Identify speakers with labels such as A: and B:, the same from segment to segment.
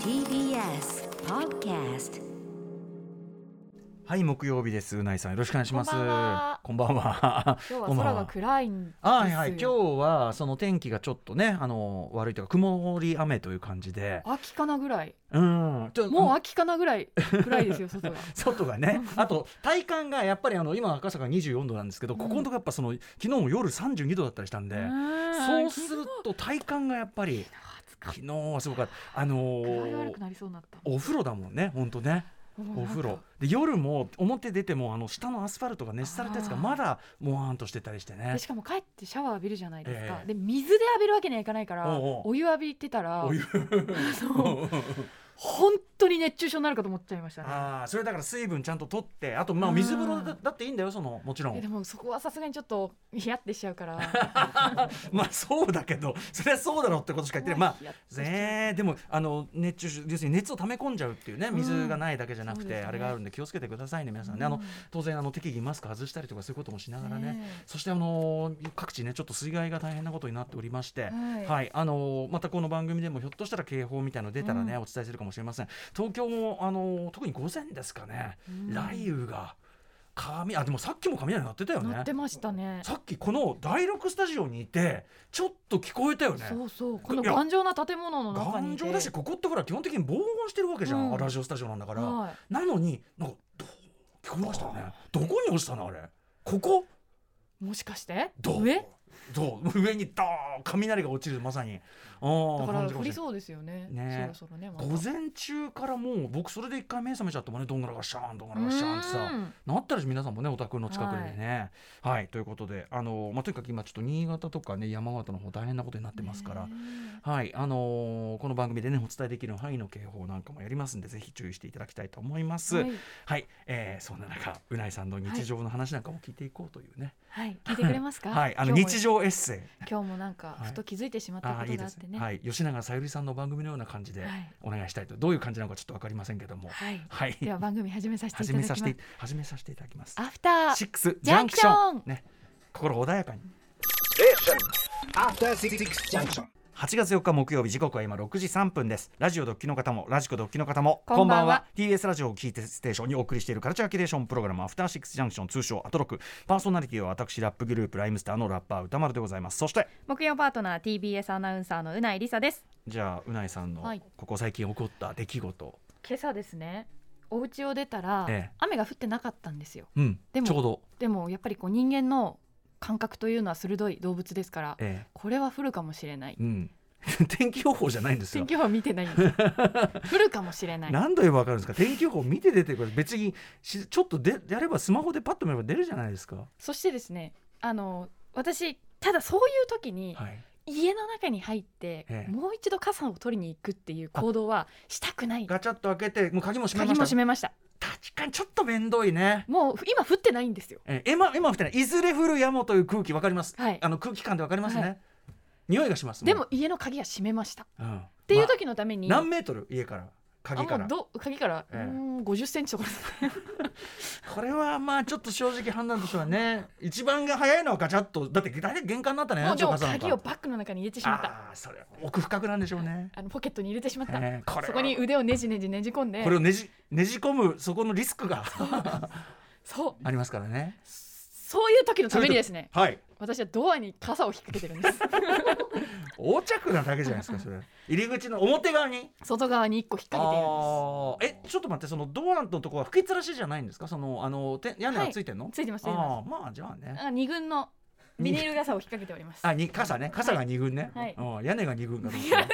A: TBS Podcast
B: はい、木曜日です。うないさん、よろしくお願いします。
C: こんばんは
B: こんばんは。 こ
C: 今日は
B: んばん
C: 空
B: は
C: が暗いんですよ。
B: あはいはい、今日はその天気がちょっとね、あの悪いというか、曇り雨という感じで。
C: 秋かなぐらい、
B: うん、ちょ
C: もう
B: あの
C: 秋かなぐらい暗いですよ、外が。
B: 外がね、あと体感がやっぱりあの今赤坂24度なんですけど、ここのとこやっぱその昨日も夜32度だったりしたんで、そうすると体感がやっぱり昨日はすごかった。あの
C: 具合悪
B: ー
C: くなりそうになった。
B: お風呂だもんね、本当ね。お風呂で夜も表出てもあの下のアスファルトが熱されたやつがまだもわーんとしてたりしてね
C: でしかも帰ってシャワー浴びるじゃないです
B: え
C: か、
B: え
C: で水で浴びるわけにはいかないから
B: おうおう
C: お湯浴びてたら
B: お湯
C: そう本当に熱中症になるかと思っちゃいましたね
B: ああそれだから水分ちゃんと取ってあとまあ水風呂だ
C: うん
B: だっていいんだよそのもちろ
C: え
B: ん
C: でもそこはさすがにちょっとヒヤってしちゃうから
B: まあそうだけどそれはそうだろうってことしか言ってないまあ
C: ヒヤッとしちゃう
B: ねえでもあの熱中症要するに熱を溜め込んじゃうっていうね
C: うん
B: 水がないだけじゃなく
C: そう
B: て、
C: ですね
B: あれがあるんで気をつけてくださいね皆さんね、あ
C: う
B: の
C: ん
B: 当然あの適宜マスク外したりとかそういうこともしながらね
C: ね
B: そしてあのー各地ねちょっと水害が大変なことになっておりまして、は、
C: はいい
B: あのーまたこの番組でもひょっとしたら警報みたいなの出たらね、
C: うん
B: お伝えするかもしれません。東京もあのー特に午前ですかね、
C: うん
B: 雷雨が雷あでもさっきも雷鳴ってたよ
C: な
B: ね
C: って。ましたね
B: さっきこの第六スタジオにいてちょっと聞こえたよね。
C: そうそうこの
B: いや
C: 頑丈な建物の中に
B: 頑
C: いて
B: 丈だしここってほら基本的に防音してるわけじゃん、
C: うん
B: ラジオスタジオなんだから、
C: はい
B: なのになんかどう聞こえましたよねどこに落ちたのあれここ
C: もしかして
B: どう
C: 上
B: どう上にドーン雷が落ちるまさにあ
C: だ
B: あ
C: から
B: 感じか
C: 降
B: もしれ
C: り
B: ない
C: そうですよね。
B: ね
C: そろそろね。また
B: 午前中からもう僕それで一回目覚めちゃったもんねどんぐらがシャーンどんぐらがシャーンってさ
C: うん
B: なったら皆さんもねお宅の近くでねはい、ということであの、まあ、とにかく今ちょっと新潟とかね山形の方大変なことになってますから、
C: ね
B: はいあのーこの番組でねお伝えできる範囲の警報なんかもやりますんでぜひ注意していただきたいと思います。は
C: はいい、
B: えーそんな中うないさんの日常の話なんかも聞いていこうというね、
C: はい、聞いてくれますか。
B: はい、あの
C: 今日も
B: 日。常エッセイ
C: 今日もなんか
B: はい
C: ふと気づいてしまった
B: あ
C: こ
B: ーい
C: と
B: い
C: が
B: で
C: あっ
B: す
C: て
B: ね、
C: ね。
B: はい、吉永小百合さんの番組のような感じで
C: はい
B: お願いしたいと、どういう感じなのかちょっと分かりませんけども
C: はい。
B: はい
C: では番組始めさせてい
B: 始
C: ただ
B: め
C: き
B: さ
C: ま
B: せ
C: す。
B: て始めさせていただきます
C: アフタ
B: シ
C: ー
B: ックスジ
C: ジ
B: ャ
C: ャ
B: ン
C: ン
B: ク
C: ク
B: シ
C: シ
B: ョ
C: ョ
B: ン
C: ン
B: ね心穏やかに
D: After Six Six Junction.
B: 8月4日木曜日時刻は今6時3分ですラジオドッキの方もラジコドッキの方も
C: こんばんは
B: TBS ラジオをキーテステーションにお送りしているカルチャーキュレーションプログラムアフターシックスジャンクション通称アトロクパーソナリティは私ラップグループライムスターのラッパー歌丸でございますそして
E: 木曜パートナー TBS アナウンサーのうないりさです
B: じゃあうないさんの
C: はい
B: ここ最近起こった出来事、
C: 今朝ですね。お家を出たら、
B: ええ
C: 雨が降ってなかったんですよ。
B: うん
C: でも
B: ちょうど、
C: でもやっぱりこう人間の感覚というのは鋭い動物ですから、
B: え
C: これは降るかもしれない
B: え。うん、 天気予報じゃないんですよ
C: 天気予報見てないんですよ。 降るかもしれない。
B: 何度言えば分かるんですか天気予報見て出てくる別にしちょっとでやればスマホでパッと見れば出るじゃないですか、
C: そしてですね、あの私ただそういう時に、
B: はい、
C: 家の中に入って、
B: ええ
C: もう一度傘を取りに行くっていう行動はしたくない
B: ガチャッと開けてもう鍵も閉めま
C: 鍵も
B: した
C: 閉めました
B: 確かにちょっと面倒いね
C: もう今降ってないんですよ
B: えー今今みたいないずれ降るやもという空気分かります、
C: はい
B: あの空気感で分かりますね、
C: は
B: 匂いがしますん
C: でも、家の鍵は閉めましたっ
B: うん、って
C: いう、時のために、
B: 何メートル家から
C: あ
B: 鍵
C: も
B: か
C: う
B: ら
C: ど鍵から、
B: ええ
C: うーん50センチとかですね
B: これはまあちょっと正直判断としてはね一番が早いのはガチャッとだって大体玄関になったね
C: もうでも
B: さん
C: 鍵をバッグの中に入れてしまったあ
B: ああーそれは奥深くなんでしょう ね、
C: のポケットに入れてしまった、
B: えーこれは
C: そこに腕をねじねじねじ込んで
B: これをねじねじ込むそこのリス クが
C: そう
B: ありますからね。
C: そういう時のためにですね
B: はい。
C: 私はドアに傘を引っ掛けてる んです
B: 横着なだけじゃないですかそれ。入り口の表側に。
C: 外側に一個引っ掛けているんで
B: ああ。
C: す
B: えちょっと待ってそのドアのとこは吹きつらしじゃないんですかそのあのて屋根がついてんの？
C: ついてますついてます
B: ああまあじゃあね。
C: あ二軍のビニール傘を引っ掛けております
B: あに傘ね傘が二軍ね。
C: はい
B: うん屋根が二軍かと 思った。えー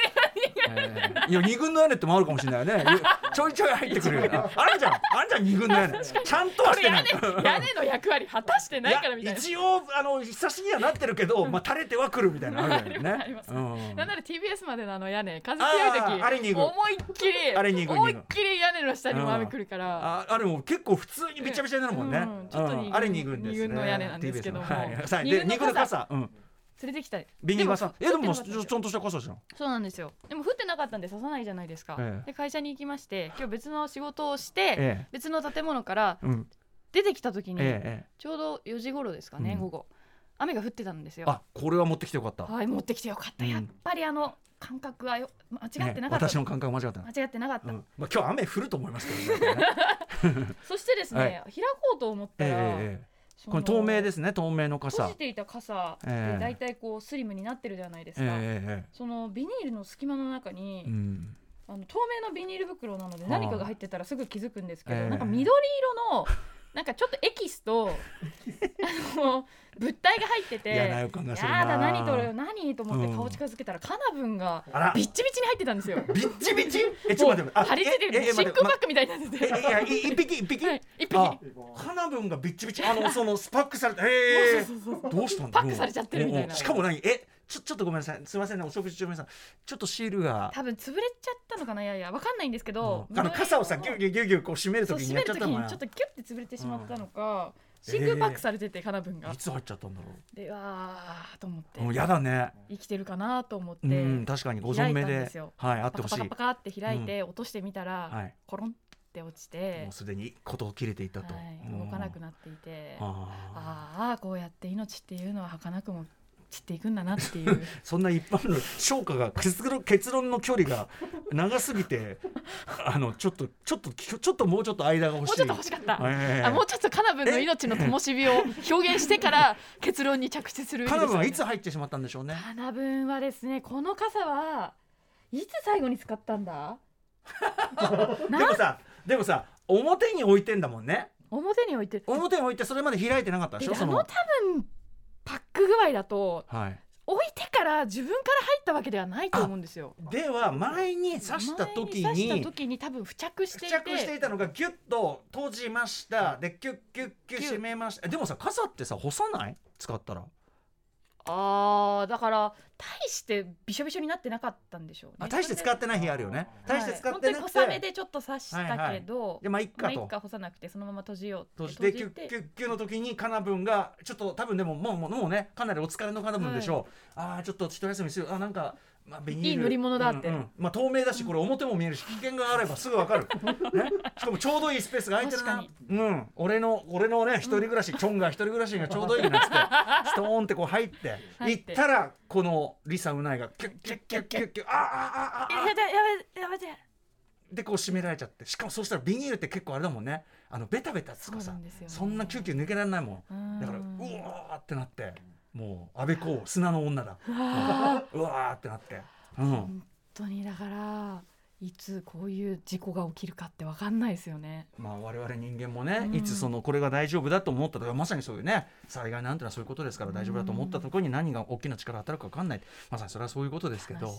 B: いや二軍の屋根ってもあるかもしれないよ ね。ちょいちょい入ってくるよね。あるじゃんあるじゃん二軍の屋根。ちゃんとはしてない。
C: 屋根の役割果たしてないからみたいな。
B: 一応あのひさしにはなってるけど、まあ垂れてはくるみたいなのあるよね。
C: ありま
B: う
C: す
B: ん
C: なんなら TBS までのあの屋根風強い
B: あーあれに
C: 時
B: 行く
C: 思いっきり
B: あれに行く
C: 思いっきり屋根の下にも雨来るから
B: ああれも結構普通にびちゃびちゃになるもんね。
C: うんちょっと二軍
B: あれ二軍ですね。
C: 二軍の屋根なんですけども
B: TBS はいさあ
C: 二
B: で
C: 軍の
B: 二軍の傘、うん、
C: 連れてきたり
B: ビニール傘。えでも
C: 降ってなかったんです
B: ちょ
C: よ
B: ちゃんとした傘じゃん。
C: そうなんですよでも降ってなかったんで刺さないじゃないですか、
B: ええ
C: で会社に行きまして今日別の仕事をして、
B: え
C: 別の建物から
B: え、うん、
C: 出てきた時に、
B: えええ
C: ちょうど4時頃ですかね、
B: うん
C: 午後雨が降ってたんです
B: え。
C: よ
B: あこれは持ってきてよかった。
C: はい持ってきてよかった、
B: うん
C: やっぱりあの感覚はよ間違って
B: ね
C: なかった、
B: 私の感覚間違ってない。
C: 間違ってなかっ
B: う
C: た、
B: んまあ、今日雨降ると思いますけどね。
C: そしてですね、
B: はい
C: 開こうと思っ
B: え
C: た
B: え
C: ら、
B: ええこれ透明ですね透明の
C: 閉
B: 傘
C: じ。ていた傘って
B: ええ
C: 大体こうスリムになってるじゃないです
B: え
C: か、
B: ええ
C: そのビニールの隙間の中に、
B: えうん。
C: あの透明のビニール袋なので
B: ああ
C: 何かが入ってたらすぐ気づくんですけど、
B: ええ
C: なんか緑色のなんかちょっとエキス とあの物体が入ってて
B: 嫌な予感がするな。
C: やだ何取るよ何と思って
B: うん
C: 顔近づけたら、カナブンが
B: あら
C: ビッチビチに入ってたんですよ。
B: ビッチビチ。えちょっと待って。あ
C: 張り付いて
B: ええ
C: る
B: え
C: 真
B: 待っ
C: 空
B: て
C: パックみたいになって
B: え
C: て、
B: いやい一匹一匹。
C: はい、一匹
B: あ、花分がビッチビチ、あの、そのスパックされて、ええどうしたんだ。
C: パックされちゃってるみたいな
B: うんうんしかも何、え、ちょ、ちょっとごめんなさい、すみませんね、お食事中皆さん、ちょっとシールが。
C: 多分潰れちゃったのかないやいやわかんないんですけど、
B: うんあの傘をさ、ぎゅうぎゅうぎゅうぎゅうこう締める
C: そ
B: と
C: う
B: き
C: 閉
B: にや
C: め
B: っちゃったの
C: る時に
B: かな。
C: ちょっと
B: い
C: キュッて潰れてしまったのか、真空パックされててカナブンが、
B: つ入っちゃったんだろ
C: でわーと思って
B: う。うんやだね。
C: 生きてるかなと思って、
B: うん、確かにご存命
C: 開いたんで
B: です
C: よ。
B: はい、あってほ
C: パカ
B: し
C: パ
B: い
C: カパ。カって開いて落としてみたら、
B: はい。
C: コロンって落ち
B: も
C: て
B: う、すでに、ことを切れていたと。
C: はい
B: うん
C: 動かなく。なっていて、あ
B: ああ。
C: あこうやって命っていうのは儚くも散っていくんだなっていう
B: そんな一般の評価が結論結論の距離が長すぎ て、あのちょっとちょっときちょっともうちょっと間が
C: も
B: 欲し
C: う
B: い。
C: ちょっと欲しかった。
B: ええ
F: あもうちょっとカナブンの命の灯火を表現して から結論に着地するべき
B: カ
F: です
B: ナブ
F: よ
B: ンは
F: ね
B: いつ入ってしまったんでしょうね。
C: 花分はですねこの傘はいつ最後に使ったんだ
B: で
C: な
B: もさ、でもさ、表に置いてんだもんね。
C: 表に置いてるで
B: 表に置いてそれまで開いてなかったでしょ。
C: あ
B: そ
C: の多
B: の
C: 分パック具合だと
B: はい。
C: 置いてから自分から入ったわけではないと思うんですよ
B: では前に刺した時
C: 前刺し
B: に
C: た時に多分付着し
B: 付
C: てい
B: 着
C: て
B: していたのがギュッと閉じました。でキュッキュッキュッ
C: キュッ
B: 締めました。でもさ、傘ってさ干さない？使ったら。
C: あーだから大してびしょびしょになってなかったんでしょうね
B: あ、大して使ってない日あるよね。大して使ってな
C: はい、本当に
B: く
C: 小雨
B: て。
C: でちょっと刺したけど、
B: でまあいっ
C: ま
B: か
C: あ一
B: と。
C: 回干さなくてそのまま閉じよう
B: そ
C: って
B: してキュッ
C: 閉じて
B: キュッキュの時にカナブンがちょっと多分でももうもうもうねかなりお疲れのカナブンでしょう、ああちょっと一休みするあなんか、まあ、ビニール
C: いい乗り物だって
B: うんうんまあ、透明だしこれ表も見えるし危険があればすぐ分 かる、ね、しかもちょうどいいスペースが空いてるな
C: 確
B: うん俺の俺のね一人暮らし、チョンが一人暮らしがちょうどいいなっつ ってストーンってこう入って
C: 入
B: 行
C: っ
B: ってたらこのリサウナイがキュッキュッキュッキュッキュッあーあーあーあー
C: やだやめやめて
B: でこう締められちゃってしかもそうしたらビニールって結構あれだもんねあのベタベタつ
C: そう
B: か
C: な
B: さ
C: んですよ、ね、
B: そんなキュッキュ抜けられないもん
C: うん
B: だからうわーってなってもう安倍公砂の女だうわーってなって、うん、
C: 本当にだからいつこういう事故が起きるかってわかんないですよね
B: まあ我々人間もね、
C: うん
B: いつそのこれが大丈夫だと思ったとかまさにそういうね災害なんてのはそういうことですから大丈夫だと思ったところに何が大きな力が働くか分かんないまさにそれはそういうことですけど、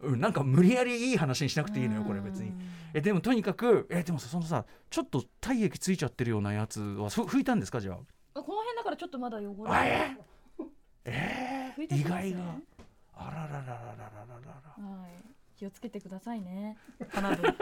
B: うん、なんか無理やりいい話にしなくていいのよこれ別に。えでもとにかくえでもさそのさちょっと体液ついちゃってるようなやつはふ拭いたんですかじゃあ
C: この辺だからちょっとまだ汚
B: あ
C: れ
B: ええ
C: 拭い
B: え
C: て
B: 意
C: きますね
B: 外があららららららら
C: はい気をつけてくださ いねカナブン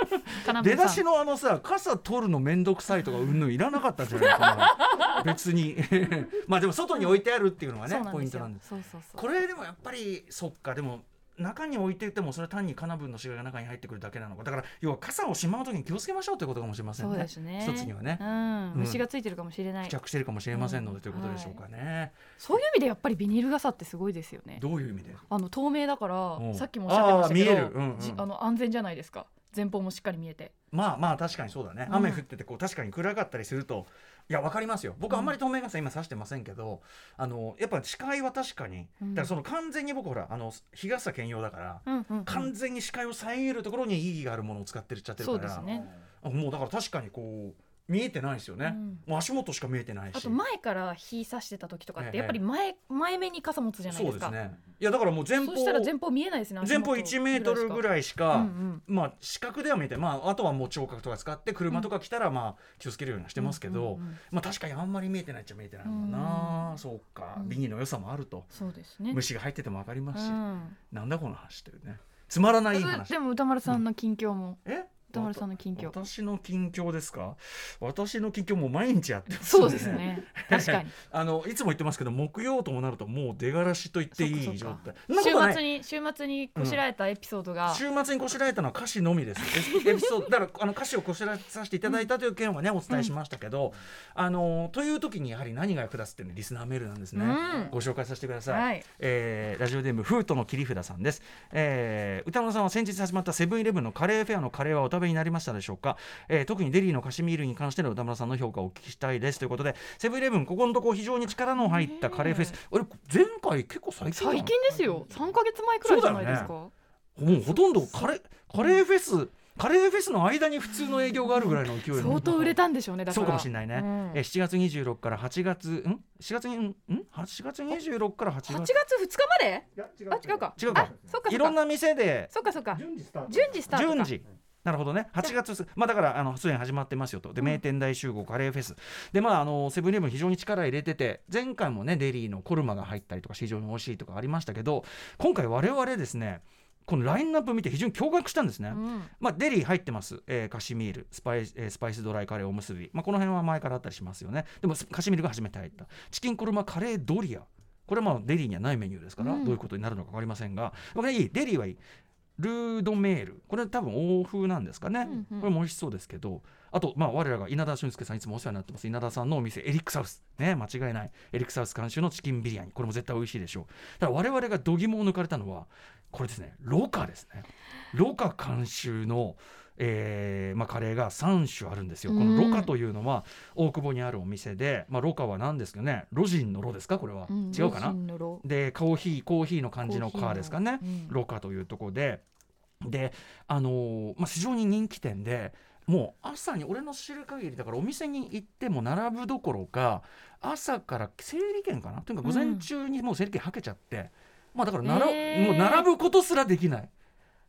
C: カナ
B: ら
C: ブ
B: 出
C: ン
B: だ
C: さ
B: し
C: ん
B: のあのさ傘取るの面倒くさいとかうんぬんいらなかったんじゃないかな別に まあでも外に置いてあるっていうのがねポイントなんです
C: すよそうそうそう
B: これでもやっぱりそっかでも中に置いていてもそれは単にカナブンの死骸が中に入ってくるだけなのかだから要は傘をしまう時に気をつけましょうということかもしれません
C: そう
B: ね
C: ですね
B: 一つにはね
C: うん、
B: うん
C: 虫がついてるかもしれない
B: 付着しているかもしれませんので、
C: うん
B: ということでしょうかね、
C: そういう意味でやっぱりビニール傘ってすごいですよね
B: どういう意味で
C: あの透明だから
B: うん
C: さっきもおっしゃってましたけど
B: あー見えるうんうん
C: じあの安全じゃないですか前方もしっかり見えて
B: まあまあ確かにそうだね、
C: うん
B: 雨降っててこう確かに暗かったりするといやわかりますよ僕
C: うん
B: あんまり透明傘今さしてませんけど、あのやっぱ視界は確かに、
C: うん
B: だからその完全に僕ほらあの日傘兼用だから、
C: うんうん、
B: 完全に視界を遮るところに意義があるものを使ってるっちゃってる
C: そ
B: か
C: うです
B: ら、
C: ね
B: あもうだから確かにこう見えてないですよね、
C: うん
B: もう足元しか見えてないし
C: あと前から日差してた時とかっ
B: ええ
C: てやっぱり前,、前目に傘持つじゃない
B: そ
C: で
B: う
C: す
B: で
C: か
B: すねいやだからもう前
C: そ
B: 方
C: したら前方見えないですね
B: 前方1メートルぐ
C: い
B: らいし
C: し
B: か、
C: かうん
B: まあ視覚では見えて、まあ、あとはもう聴覚とか使って車とか来たらまあ気をつけるようにはしてますけど、
C: うんうんうん
B: まあ、確かにあんまり見えてないっちゃ見えてないもんな、
C: うん
B: そうか、
C: うん
B: ビニールの良さもあると
C: そうですね
B: 虫が入ってても分かりますし、
C: うん
B: なんだこの話というねつまらない
C: あ
B: 話
C: でも歌丸さんの近況も、
B: え
C: 歌丸さんの近況
B: 私の近況ですか私の近況もう毎日やってます、
C: そうですね確かに
B: あのいつも言ってますけど木曜ともなるともう出がらしと言ってい
C: そっ
B: い
C: かそ
B: 状
C: っか
B: 態 そんなこ
E: 週
B: とはな
E: 末
B: い
E: に週末にこしらえたエピソードが、
B: 週末にこしらえたのは歌詞のみです エピソードだからあの歌詞をこしらえさせていただいたという件はねお伝えしましたけど、あのという時にやはり何が役立つっていうのはリスナーメールなんですね、
E: うん
B: ご紹介させてください、
E: はい
B: えーラジオデームフートの切り札さんです、えー歌丸さんは先日始まったセブンイレブンのカレーフェアのカレーはお食べになりましたでしょうか、えー特にデリーのカシミールに関しての歌丸さんの評価をお聞きしたいですということでセブンイレブンここのとこ非常に力の入ったカレーフェス、俺前回結構最近だな
C: 最近ですよ3か月前くらいじゃないですか、
B: もうほとんどカレーカレーフェスカレーフェスの間に普通の営業があるぐらいの勢いの
C: 相当売れたんでしょうねだか
B: そう
C: ら
B: かもしれないね、
E: うん
B: えー7月26から8月ん4月にんん8月26から8
E: 8
B: 月
E: 月2日まで
D: いや違う
E: あ違うか
B: 違うか
C: Ah,
E: あそっかそ
B: い
E: っ
B: ろん
E: か
B: な店で
E: そっかそっか
D: 順次スタート
E: 順次スタートか
B: 順次なるほどね8月すまあだからあのすでに始まってますよとで名店大集合カレーフェスでまああのセブンイレブン非常に力入れてて前回もねデリーのコルマが入ったりとか非常に美味しいとかありましたけど今回我々ですねこのラインナップ見て非常に驚愕したんですね、
E: うん
B: まあ、デリー入ってます、えーカシミールスパイス、えースパイスドライカレーおむすび、まあ、この辺は前からあったりしますよねでもスカシミールが初めて入ったチキンコルマカレードリアこれはまあデリーにはないメニューですから、
E: うん
B: どういうことになるのか分かりませんがこれいいデリーはいいルードメールこれ多分欧風なんですかね、
E: うんうん
B: これも美味しそうですけどあとまあ我らが稲田俊介さんいつもお世話になってます稲田さんのお店エリックサウスね間違いないエリックサウス監修のチキンビリヤニこれも絶対美味しいでしょうただ我々が度肝を抜かれたのはこれですねロカですねロカ監修の、えーまあ、カレーが3種あるんですよこのロカというのは大久保にあるお店で、まあ、ロカは何ですかねロジンのロですかこれは、
E: ん
B: 違うかな
E: ロシンのロ
B: でコーヒーコーヒーの漢字の「
E: コーヒー
B: カ」
E: の
B: ですかね、
E: うん
B: ロカというところでであのーまあ、非常に人気店でもう朝に俺の知る限りだからお店に行っても並ぶどころか朝から整理券かなというか午前中にもう整理券はけちゃって、まあだからなら、
E: へー
B: もう並ぶことすらできない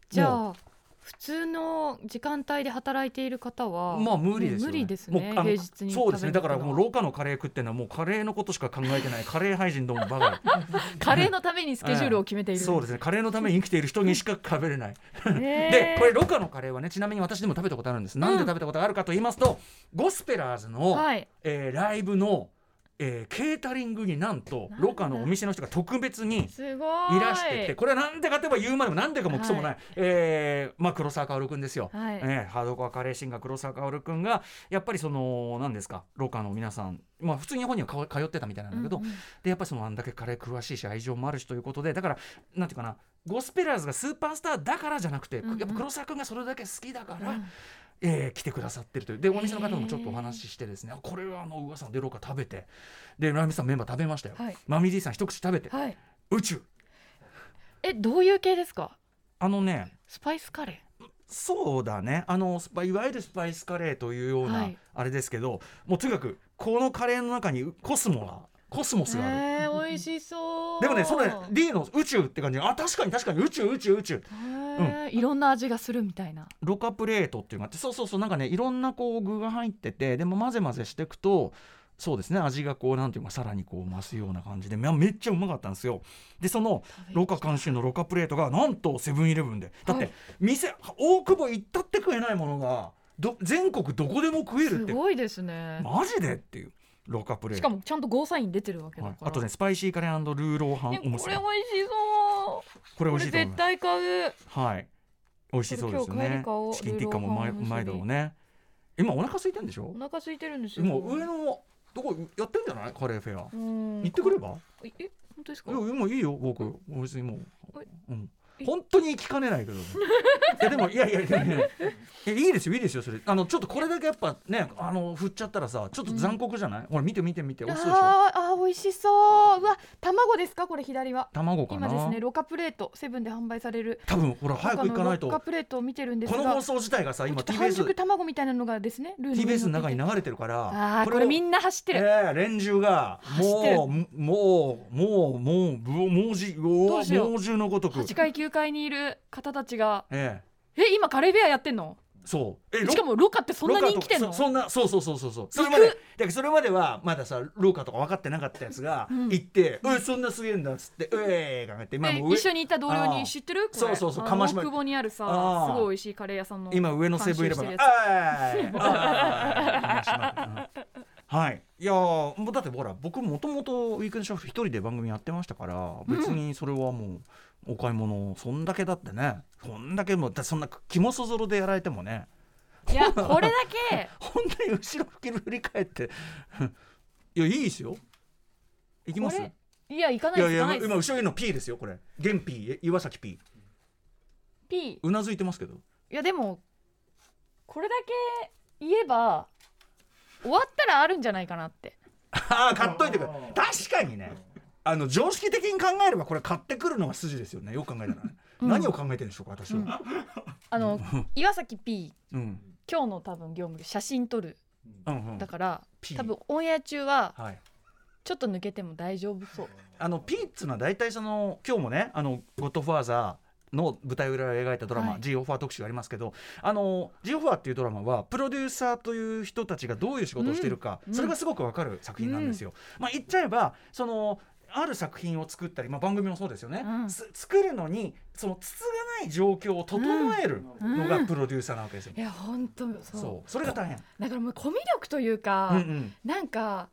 C: じ
B: もう
C: ゃあ普通の時間帯で働いている方は
B: まあ無理ですよ、ね、
C: もう無理ですね
B: もうあの
C: 平日に
B: そうですねだからもう
C: ロ
B: 廊下のカレー食ってのはもうカレーのことしか考えてないカレー廃人どもばか
C: カレーのためにスケジュールを決めてい
B: り
C: る、
B: そうですねカレーのために生きている人にしか食べれない
E: で
B: でこれロカのカレーはねちなみに私でも食べたことあるんです、なんで食べたことがあるかと言いますとゴスペラーズの、
E: はい
B: えーライブの、えーケータリングになんと
E: なんだ
B: ロカのお店の人が特別に
E: すごい
B: いらしててこれはなんでかといえば言うまでもなんでかもクソもない、
E: は
B: えーまあ、黒沢薫君ですよ、
E: はい
B: えーハードコアカレーシンガー黒沢薫君がやっぱりその何ですかロカの皆さん、まあ、普通に日本にはか通ってたみたいなんだけど、
E: うんうん
B: でやっぱりそのあんだけカレー詳しいし愛情もあるしということでだからなんていうかなゴスペラーズがスーパースターだからじゃなくて、
E: うんうん
B: やっぱ黒沢君がそれだけ好きだから、
E: うん
B: えー来てくださってるというでお店の方ともちょっとお話ししてですね、あこれはあの噂の出ろうか食べてでラミさんメンバー食べましたよ、
E: はい
B: マミディさん一口食べて、
E: はい
B: 宇宙
C: えどういう系ですか
B: あのね
C: スパイスカレ
B: そうだねあのスパいわゆるスパイスカレーというよう
C: は
B: ないあれですけど、もうとにかくこのカレーの中にコスモがコスモスがある。
E: えー美味しそう
B: でもね、それ D の宇宙って感じであ確かに確かに宇宙宇宙宇宙
C: ー、へーいろんな味がするみたいな
B: ロカプレートっていうのがあってそうそうそうなんかねいろんなこう具が入っててでも混ぜ混ぜしていくとそうですね味がこうなんていうかさらにこう増すような感じでめめっちゃうまかったんですよでそのロカ監修のロカプレートがなんとセブンイレブンでだっ
E: は
B: て店、大久保行ったって食えないものがど全国どこでも食える
C: す
B: って
C: ごいですね
B: マジでっていうロカプレート
E: しかもちゃんとゴーサイン出てるわけだ
B: はい
E: か、ら、
B: あとねスパイシーカレールーローハ
E: ね
B: ン
E: こ
B: お
E: れ美
B: む
E: 味
B: す
E: し
B: び
E: そう
B: これ美味しいと思
E: これ
B: います
E: 絶対買う
B: はい。美味しそうですよ
E: 今日帰り
B: ね
E: 買お。う
B: チキンティッカもうまい
E: ルーロ
B: う
E: ーハンおむすび
B: まいだろうね。今お腹空いてんでしょ
E: お。腹空いてるんですよ
B: もう上のどこやってんじゃないカレーフェア。
E: うん
B: 行ってくれば。
E: ええ本当です
B: い
E: か
B: やもういいよ僕別にも。
E: はいう
B: うん
E: え
B: 本当に聞かねないけど。いやでもいやいやいやいやえいいですよいいですよそれあのちょっとこれだけやっぱねあの振っちゃったらさちょっと残酷じゃない、ほら見て見て見て美味しそうでしょ
E: あーあー美味しそううわ卵ですかこれ左は
B: 卵かな
E: 今ですねロカプレートセブンで販売される
B: 多分ほら早く行かないと
E: ロカ
B: こ
E: プレートを見てるんです
B: の
E: が
B: 放送自体がさ今
E: ちょっと半
B: TBS
E: 熟卵みたいなのがですねルーに
B: TBS の中
E: 乗っ
B: に
E: てて
B: 流れてるから
C: あーこれ
B: を
C: みんな走ってる、
B: ええ連中が
C: 走ってる
B: もうもうもうもうぶ猛獣
C: どうしよう
B: 猛獣のごとく
C: 8階9階にいる方たちが
B: ええ
C: え今カレーフェアやってんの
B: そうえロ
C: しかもロカってそんな
B: ロカと
C: 人気店の
B: そそんなそうそうそうそうそうそれまでだからそれまではまださローカとか分かってなかったやつが
C: うん
B: 行って「うん、そんなすげえんだ」っつって「うえー」考えて今
C: で
B: もう上
C: 一緒にいた同僚
B: あー
C: に知ってるこれ
B: そうそうそう
C: あの
B: 釜島
C: 大久保にあるさ
B: あー
C: すごい美味しいカレー屋さんの
B: 今上のセブンイレブン
C: 監修してる
B: が
C: やつ
B: あーいあーいはいいやーもうだってほら僕もともとウィークエンドショップ一人で番組やってましたから別にそれはもうお買い物そんだけだってねそんだけもうだってそんな肝そぞろでやられてもね
E: いやこれだけ
B: 本当に後ろ振り返っていやいいですよ 行きます
C: これいや行かないいで
B: やい
C: す行かな
B: や
C: いです
B: 今後ろにの P ですよこれ現 P え岩崎 P
E: P いう
B: なずいてますけど
E: やでも
C: これだけ言えば
E: 終わったらあるんじゃないかなって
B: ああ買っといてくれ確かにねあの常識的に考えればこれ買ってくるのが筋ですよねよく考えたらね、
C: うん
B: 何を考えてるんでしょうか私は、
E: あの岩崎 P
B: うん
E: 今日の多分業務写真撮る
B: うんうん
E: だから、
B: P
E: 多分オンエア中は
B: はい、
E: ちょっと抜けても大丈夫そう
B: あのピーっつうのは大体その今日もね「あのゴッドファーザー」の舞台裏を描いたドラマ「
E: はい
B: G オファー」特集がありますけどあの G オファーっていうドラマはプロデューサーという人たちがどういう仕事をしているか、
E: うん
B: それがすごくわかる作品なんですよ。まあ、言っちゃえばそのある作品を作ったり、まあ、番組もそうですよね、
E: うん
B: す作るのにそのつつがない状況を整えるの
E: う
B: が
E: ん
B: プロデューサーなわけですよ。
E: いや本当そう
B: そうそれが大変、
E: だからもうコミュ力というか、
B: うん
E: なんか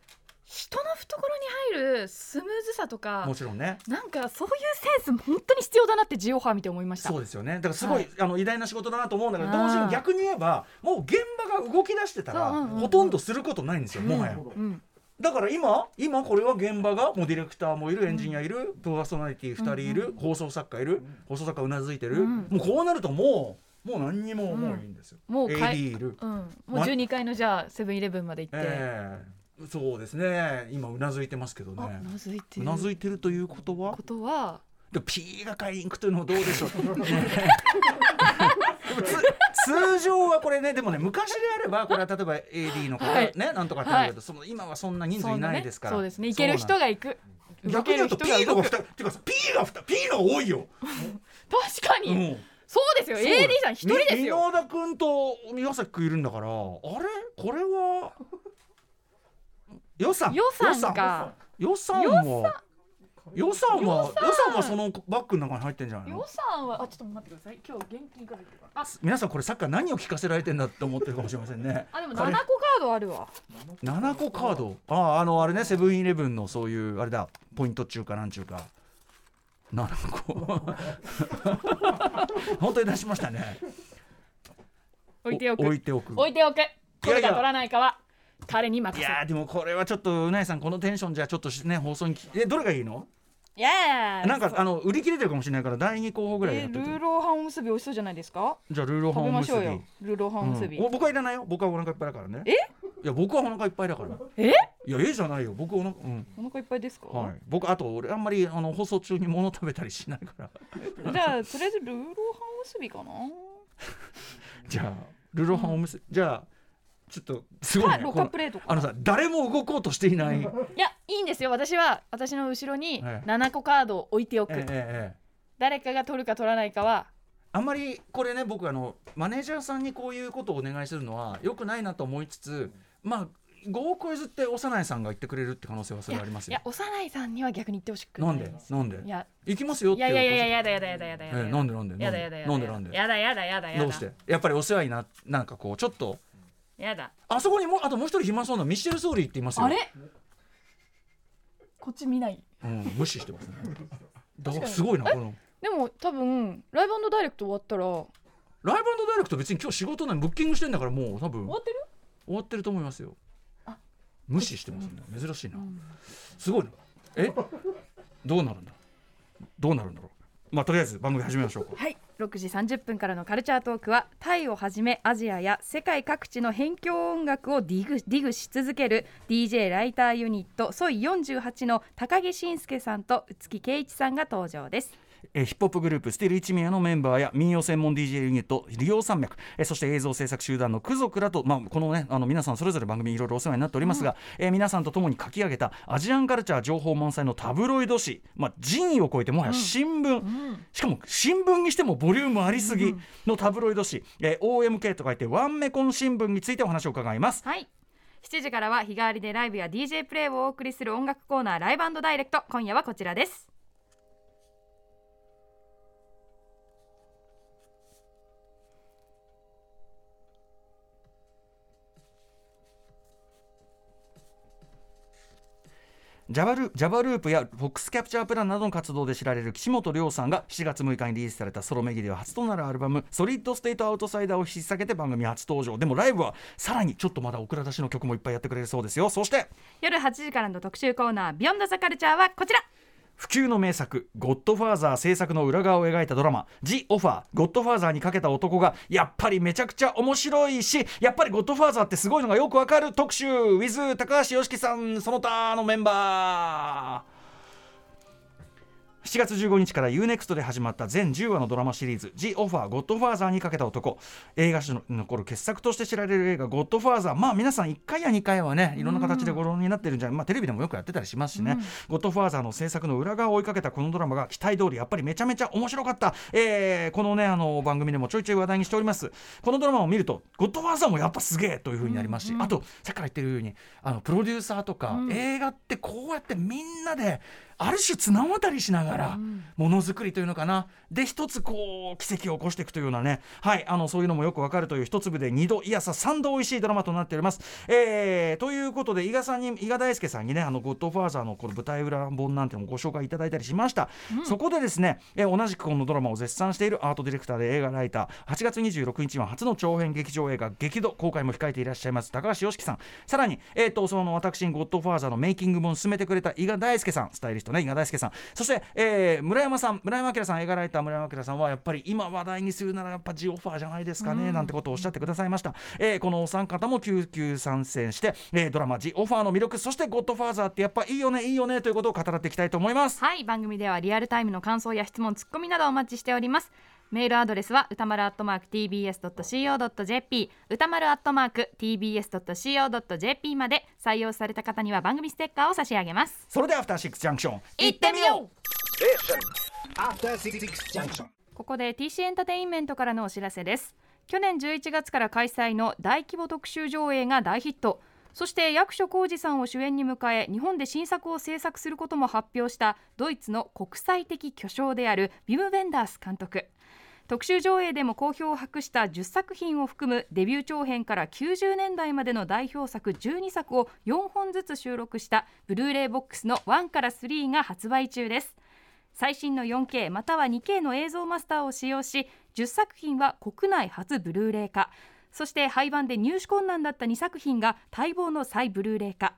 E: 人の懐に入るスムーズさと
B: うん、
E: か
B: もちろんね
E: なんかそういうセンス本当に必要だなってジオファー見て思いました
B: そうですよねだからすごい、
E: はい
B: あの偉大な仕事だなと思うんだけど
E: あー
B: 同時に逆に言えばもう現場が動き出してたら、
E: そううんうんうん
B: ほとんどすることないんですよもはや、
E: うん、
B: だから今今これは現場がもうディレクターもいるエンジニアいる、パーソナリティ2人いる、放送作家いる放送作家うなずいてる、
E: うん
B: もうこうなるともうもう何にももういいんですよ、
E: うんもうかい
B: AD いる、
E: うん、もう12階のじゃあセブンイレブンまで行って、
B: ええそうですね今うなずいてますけど
E: あ
B: ね
E: うなずい
B: う
E: てる
B: なずいてるということは
E: ことは
B: でも P が買いに行くというのはどうでし ょう。ねえでもつ通常はこれねでもね昔であればこれは例えば AD の方、
E: はい
B: ねなんとかってなるけど、その今はそんな人数いないですから
E: そうね、そうですね行ける人
B: が
E: が行く動
B: 逆に
E: け
B: 言
E: る
B: う
E: 人
B: と P の
E: が動
B: が
E: く
B: 2人っていうかさ P が2 P が多いよ、
E: 確かに、
B: うん、
E: そうですよ AD さん一人ですよ
B: み箕田君と宮崎君いるんだからあれこれは予算
E: 予算か
B: 予算は予算は予算は
E: 予算
B: はそのバッグの中に入ってんじゃないの
E: 予算はあちょっと待ってください今日現金からいこうかあ。
B: 皆さんこれサッカー何を聞かせられてんだって思ってるかもしれませんね
E: あでも
B: こ
E: 7個
B: れ
E: カードあるわ
B: 7個カードあああのあれねセブンイレブンのそういうあれだポイント中かなんちゅうか7個 本当に出しましたね
E: 置いておく
B: 置いておく
E: 置いておく取る
B: いや
E: か取らないかは彼に任
B: い
E: せる
B: やーでもこれはちょっとうないさんこのテンションじゃちょっとしね放送にきえどれがいいの
E: いや
B: なんかあの売り切れてるかもしれないから第2候補ぐらいや
E: え
B: っ
E: ル
B: といて
E: ーローハンおむすび美味しそうじゃないですか
B: じゃあルーローハン
E: 食べ
B: お
E: ま
B: む
E: し
B: す
E: ょ
B: び
E: うよルーローハンおむすび、
B: うんお僕はいらないよ僕はお腹いっぱいだからね
E: え
B: いや僕はお腹いっぱいだから
E: え
B: いやえじゃないよ僕お腹うん
E: お腹いっぱいですか、
B: はい、僕あと俺あんまりあの放送中に物食べたりしないから
E: じゃあとりあえずルーローハンおむすびかな
B: じゃあルロハンおむすびじゃあちょっとすごい
E: か
B: ね
E: ロ
B: こ
E: カ
B: の
E: プレートか
B: あのさ誰も動こうとしていない、え
E: いやいいんですよ私は私の後ろに
B: ええ
E: 7個カードを置いておく、
B: えええ
E: 誰かが取るか取らないかは
B: あんまりこれね僕あのマネージャーさんにこういうことをお願いするのはよくないなと思いつつまあ合コン譲って幼いさんが言ってくれるって可能性はそれはあります
E: い
B: よ
E: や幼いさんには逆に言ってほしく
B: なんでなんで
E: いや
B: 行きますよっ
E: い
B: てい
E: や
B: う
E: いやいややだやだやだやだやだ
B: ええなんでなんで
E: やだやだやだ
B: なんでなんで
E: やだやだやだやだ
B: どうしてやっぱりお世話にななんかこうちょっと
E: やだ
B: あそこにもあともう一人暇そうなミッシェル・ソーリーって言いますよ
E: あれこっち見ない
B: うん、無視してますね。 だから
E: かに
B: すごいな、この。
E: でも多分ライブダイレクト終わったら終
B: ライブダイレクト別に今日仕事ないブッキングしてんだからもう多分
E: わってる
B: 終わってると思いますよ。無視してますね。珍しいな。すごいな。えどうなるんだどうなるんだろうまあとりあえず番組始めましょうか。
E: はい6時30分からのカルチャートークはタイをはじめアジアや世界各地の辺境音楽をディグディグし続ける DJ ライターユニットソイ48の高木慎介さんと宇月圭一さんが登場です
B: えーヒップホップグループスティール一宮のメンバーや民謡専門 DJ ユニット利用山脈、えーそして映像制作集団のクゾクらと、まあ、このねあの皆さんそれぞれ番組いろいろお世話になっておりますが、えー皆さんと共に書き上げたアジアンカルチャー情報満載のタブロイド紙、まあ、人位を超えてもはや新聞、しかも新聞にしてもボリュームありすぎのタブロイド紙、えー OMK と書いてワンメコン新聞についてお話を伺います。
E: はい7時からは日替わりでライブや DJ プレイをお送りする音楽コーナーライブダイレクト今夜はこちらです
B: ジャバルジャバループやフォックスキャプチャープランなどの活動で知られる岸本涼さんが7月6日にリリースされたソロメギでは初となるアルバム「ソリッド・ステート・アウトサイダー」を引っ提げて番組初登場でもライブはさらにちょっとまだオクラ出しの曲もいっぱいやってくれるそうですよそして
E: 夜8時からの特集コーナービヨンドザカルチャーはこちら
B: 不朽の名作「ゴッドファーザー」制作の裏側を描いたドラマ「ジ・オファー」「ゴッドファーザー」にかけた男がやっぱりめちゃくちゃ面白いしやっぱり「ゴッドファーザー」ってすごいのがよくわかる特集 with 高橋良樹さんその他のメンバー。7月15日から UNEXT で始まった全10話のドラマシリーズ「ジ・オファー・ゴッドファーザー」にかけた男映画史の残る傑作として知られる映画「ゴッドファーザー」まあ皆さん1回や2回はねいろんな形でご覧になってるんじゃない、まあテレビでもよくやってたりしますしね「ゴッドファーザー」の制作の裏側を追いかけたこのドラマが期待通りやっぱりめちゃめちゃ面白かった、えーこのねあの番組でもちょいちょい話題にしておりますこのドラマを見ると「ゴッドファーザー」もやっぱすげえというふうになりますし、あとさっきから言ってるようにあのプロデューサーとか、映画ってこうやってみんなである種綱渡りしながらものづくりというのかな、で一つこう奇跡を起こしていくというようなね、はい、あのそういうのもよくわかるという一粒で二度いやさ三度美味しいドラマとなっております。えーということで伊賀さんに伊賀大輔さんにね「あのゴッドファーザー」のこの舞台裏本なんてのもご紹介いただいたりしました、そこでですね、えー同じくこのドラマを絶賛しているアートディレクターで映画ライター8月26日は初の長編劇場映画「激怒」公開も控えていらっしゃいます高橋良樹さんさらに、えー、とその私に「ゴッドファーザー」のメイキング本進めてくれた伊賀大輔さんスタイリストね伊賀大輔さんそして、えー村山さん村山明さん映画ライター村山明さんはやっぱり今話題にするならやっぱジオファーじゃないですかね、なんてことをおっしゃってくださいました、えーこのお三方も救急参戦して、えードラマ「ジオファー」の魅力そして「ゴッドファーザー」ってやっぱいいよねいいよねということを語っていきたいと思います
E: はい番組ではリアルタイムの感想や質問ツッコミなどお待ちしておりますメールアドレスは歌丸アットマーク tbs.co.jp 歌丸アットマーク tbs.co.jp まで採用された方には番組ステッカーを差し上げます
B: それでは「アフターシックスジャンクション」
E: いってみよう
D: After Six Junction.
E: ここで TC エンタテインメントからのお知らせです去年11月から開催の大規模特集上映が大ヒットそして役所広司さんを主演に迎え日本で新作を制作することも発表したドイツの国際的巨匠であるビム・ベンダース監督特集上映でも好評を博した10作品を含むデビュー長編から90年代までの代表作12作を4本ずつ収録したブルーレイボックスの1から3が発売中です最新の 4K または 2K の映像マスターを使用し10作品は国内初ブルーレイ化そして廃盤で入手困難だった2作品が待望の再ブルーレイ化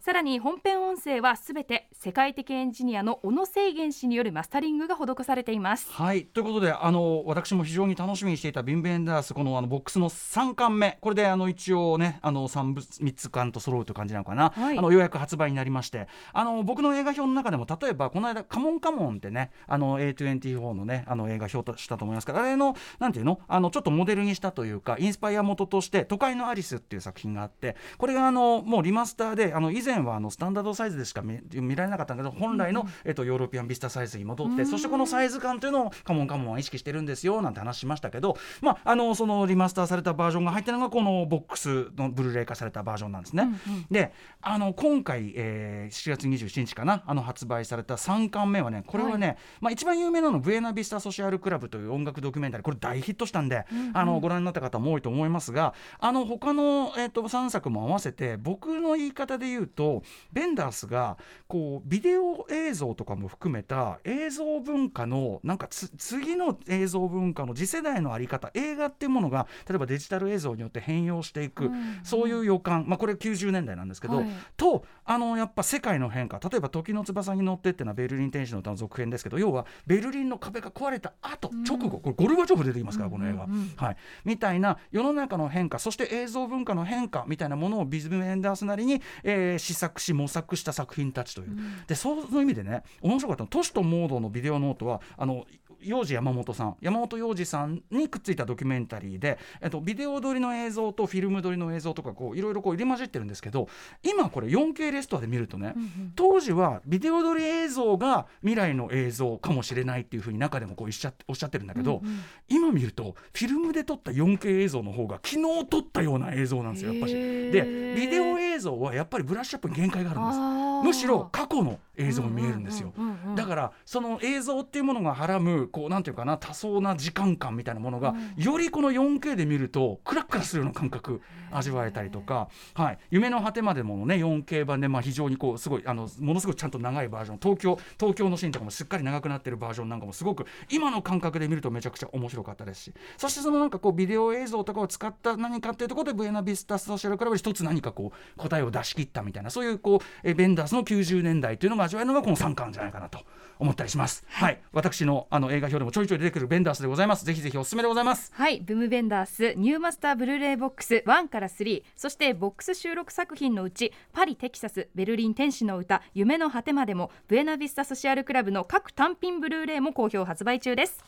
E: さらに本編音声はすべて世界的エンジニアの小野清源氏によるマスタリングが施されています
B: はいということであの私も非常に楽しみにしていたビンベンダースこのあのボックスの3巻目これであの一応ねあの 3, 部3つ巻と揃うという感じなのかな、
E: はい
B: あのようやく発売になりましてあの僕の映画表の中でも例えばこの間「カモンカモン」ってねあの A24 のねあの映画表としたと思いますけどあれのなんていうのあのちょっとモデルにしたというかインスパイア元として「都会のアリス」っていう作品があってこれがあのもうリマスターであの以前はあのスタンダードサイズでしか見見られなかったんだけど本来の、えっと、ヨーロピアンビスタサイズに戻ってそしてこのサイズ感というのをカモンカモンは意識してるんですよなんて話しましたけど、まあ、あのそのリマスターされたバージョンが入ってるのがこのボックスのブルーレイ化されたバージョンなんですね。であの今回、えー7月27日かなあの発売された3巻目はねこれはね、まあ、一番有名なのブエナビスタソシアルクラブという音楽ドキュメンタリーこれ大ヒットしたんで、あのご覧になった方も多いと思いますがあの他の、えっと3作も合わせて僕の言い方で言うとベンダースがこうビデオ映像とかも含めた映像文化のなんかつ次の映像文化の次世代のあり方映画っていうものが例えばデジタル映像によって変容していく、そういう予感、まあ、これ90年代なんですけど、
C: はい
B: とあのやっぱ世界の変化例えば「時の翼に乗って」っていうのはベルリン天使の歌の続編ですけど要はベルリンの壁が壊れた後直後これゴルバチョフ出てきますからこの映画、はい、みたいな世の中の変化そして映像文化の変化みたいなものをビズム・エンダースなりに、えー試作し模索した作品たちという、でそうその意味でね面白かったの都市とモードのビデオノートはあの幼児山本さん山本洋二さんにくっついたドキュメンタリーで、えっと、ビデオ撮りの映像とフィルム撮りの映像とかこういろいろこう入り混じってるんですけど今これ 4K レストアで見るとね、当時はビデオ撮り映像が未来の映像かもしれないっていうふうに中でもこうおっしゃっておっしゃってるんだけど、今見るとフィルムで撮った 4K 映像の方が昨日撮ったような映像なんですよやっぱし。
C: へー
B: でビデオ映像はやっぱりブラッシュアップに限界があるんです。
E: あー
B: むしろ過去の映像に見えるんですよ。
E: うんうんうんうん
B: だからその映像っていうものがはらむこうなんていうかな多層な時間感みたいなものが、よりこの 4K で見るとクラックラするような感覚味わえたりとか「はい、夢の果てまでも」のね 4K 版で、まあ、非常にこうすごいあのものすごくちゃんと長いバージョン東京東京のシーンとかもしっかり長くなってるバージョンなんかもすごく今の感覚で見るとめちゃくちゃ面白かったですしそしてそのなんかこうビデオ映像とかを使った何かっていうところでブエナビスタソーシャルクラブで一つ何かこう答えを出し切ったみたいなそういうこうえーベンダースの90年代というのが味わえるのがこの3巻じゃないかなと思ったりします。はい、私のあの映画表でもちょいちょい出てくるベンダースでございます。ぜひぜひおすすめでございます。
E: はい、ブームベンダースニューマスターブルーレイボックス1から3そしてボックス収録作品のうちパリ・テキサスベルリン天使の歌夢の果てまでもブエナビスタソシアルクラブの各単品ブルーレイも好評発売中です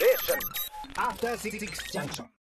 D: Station. After Six Junction.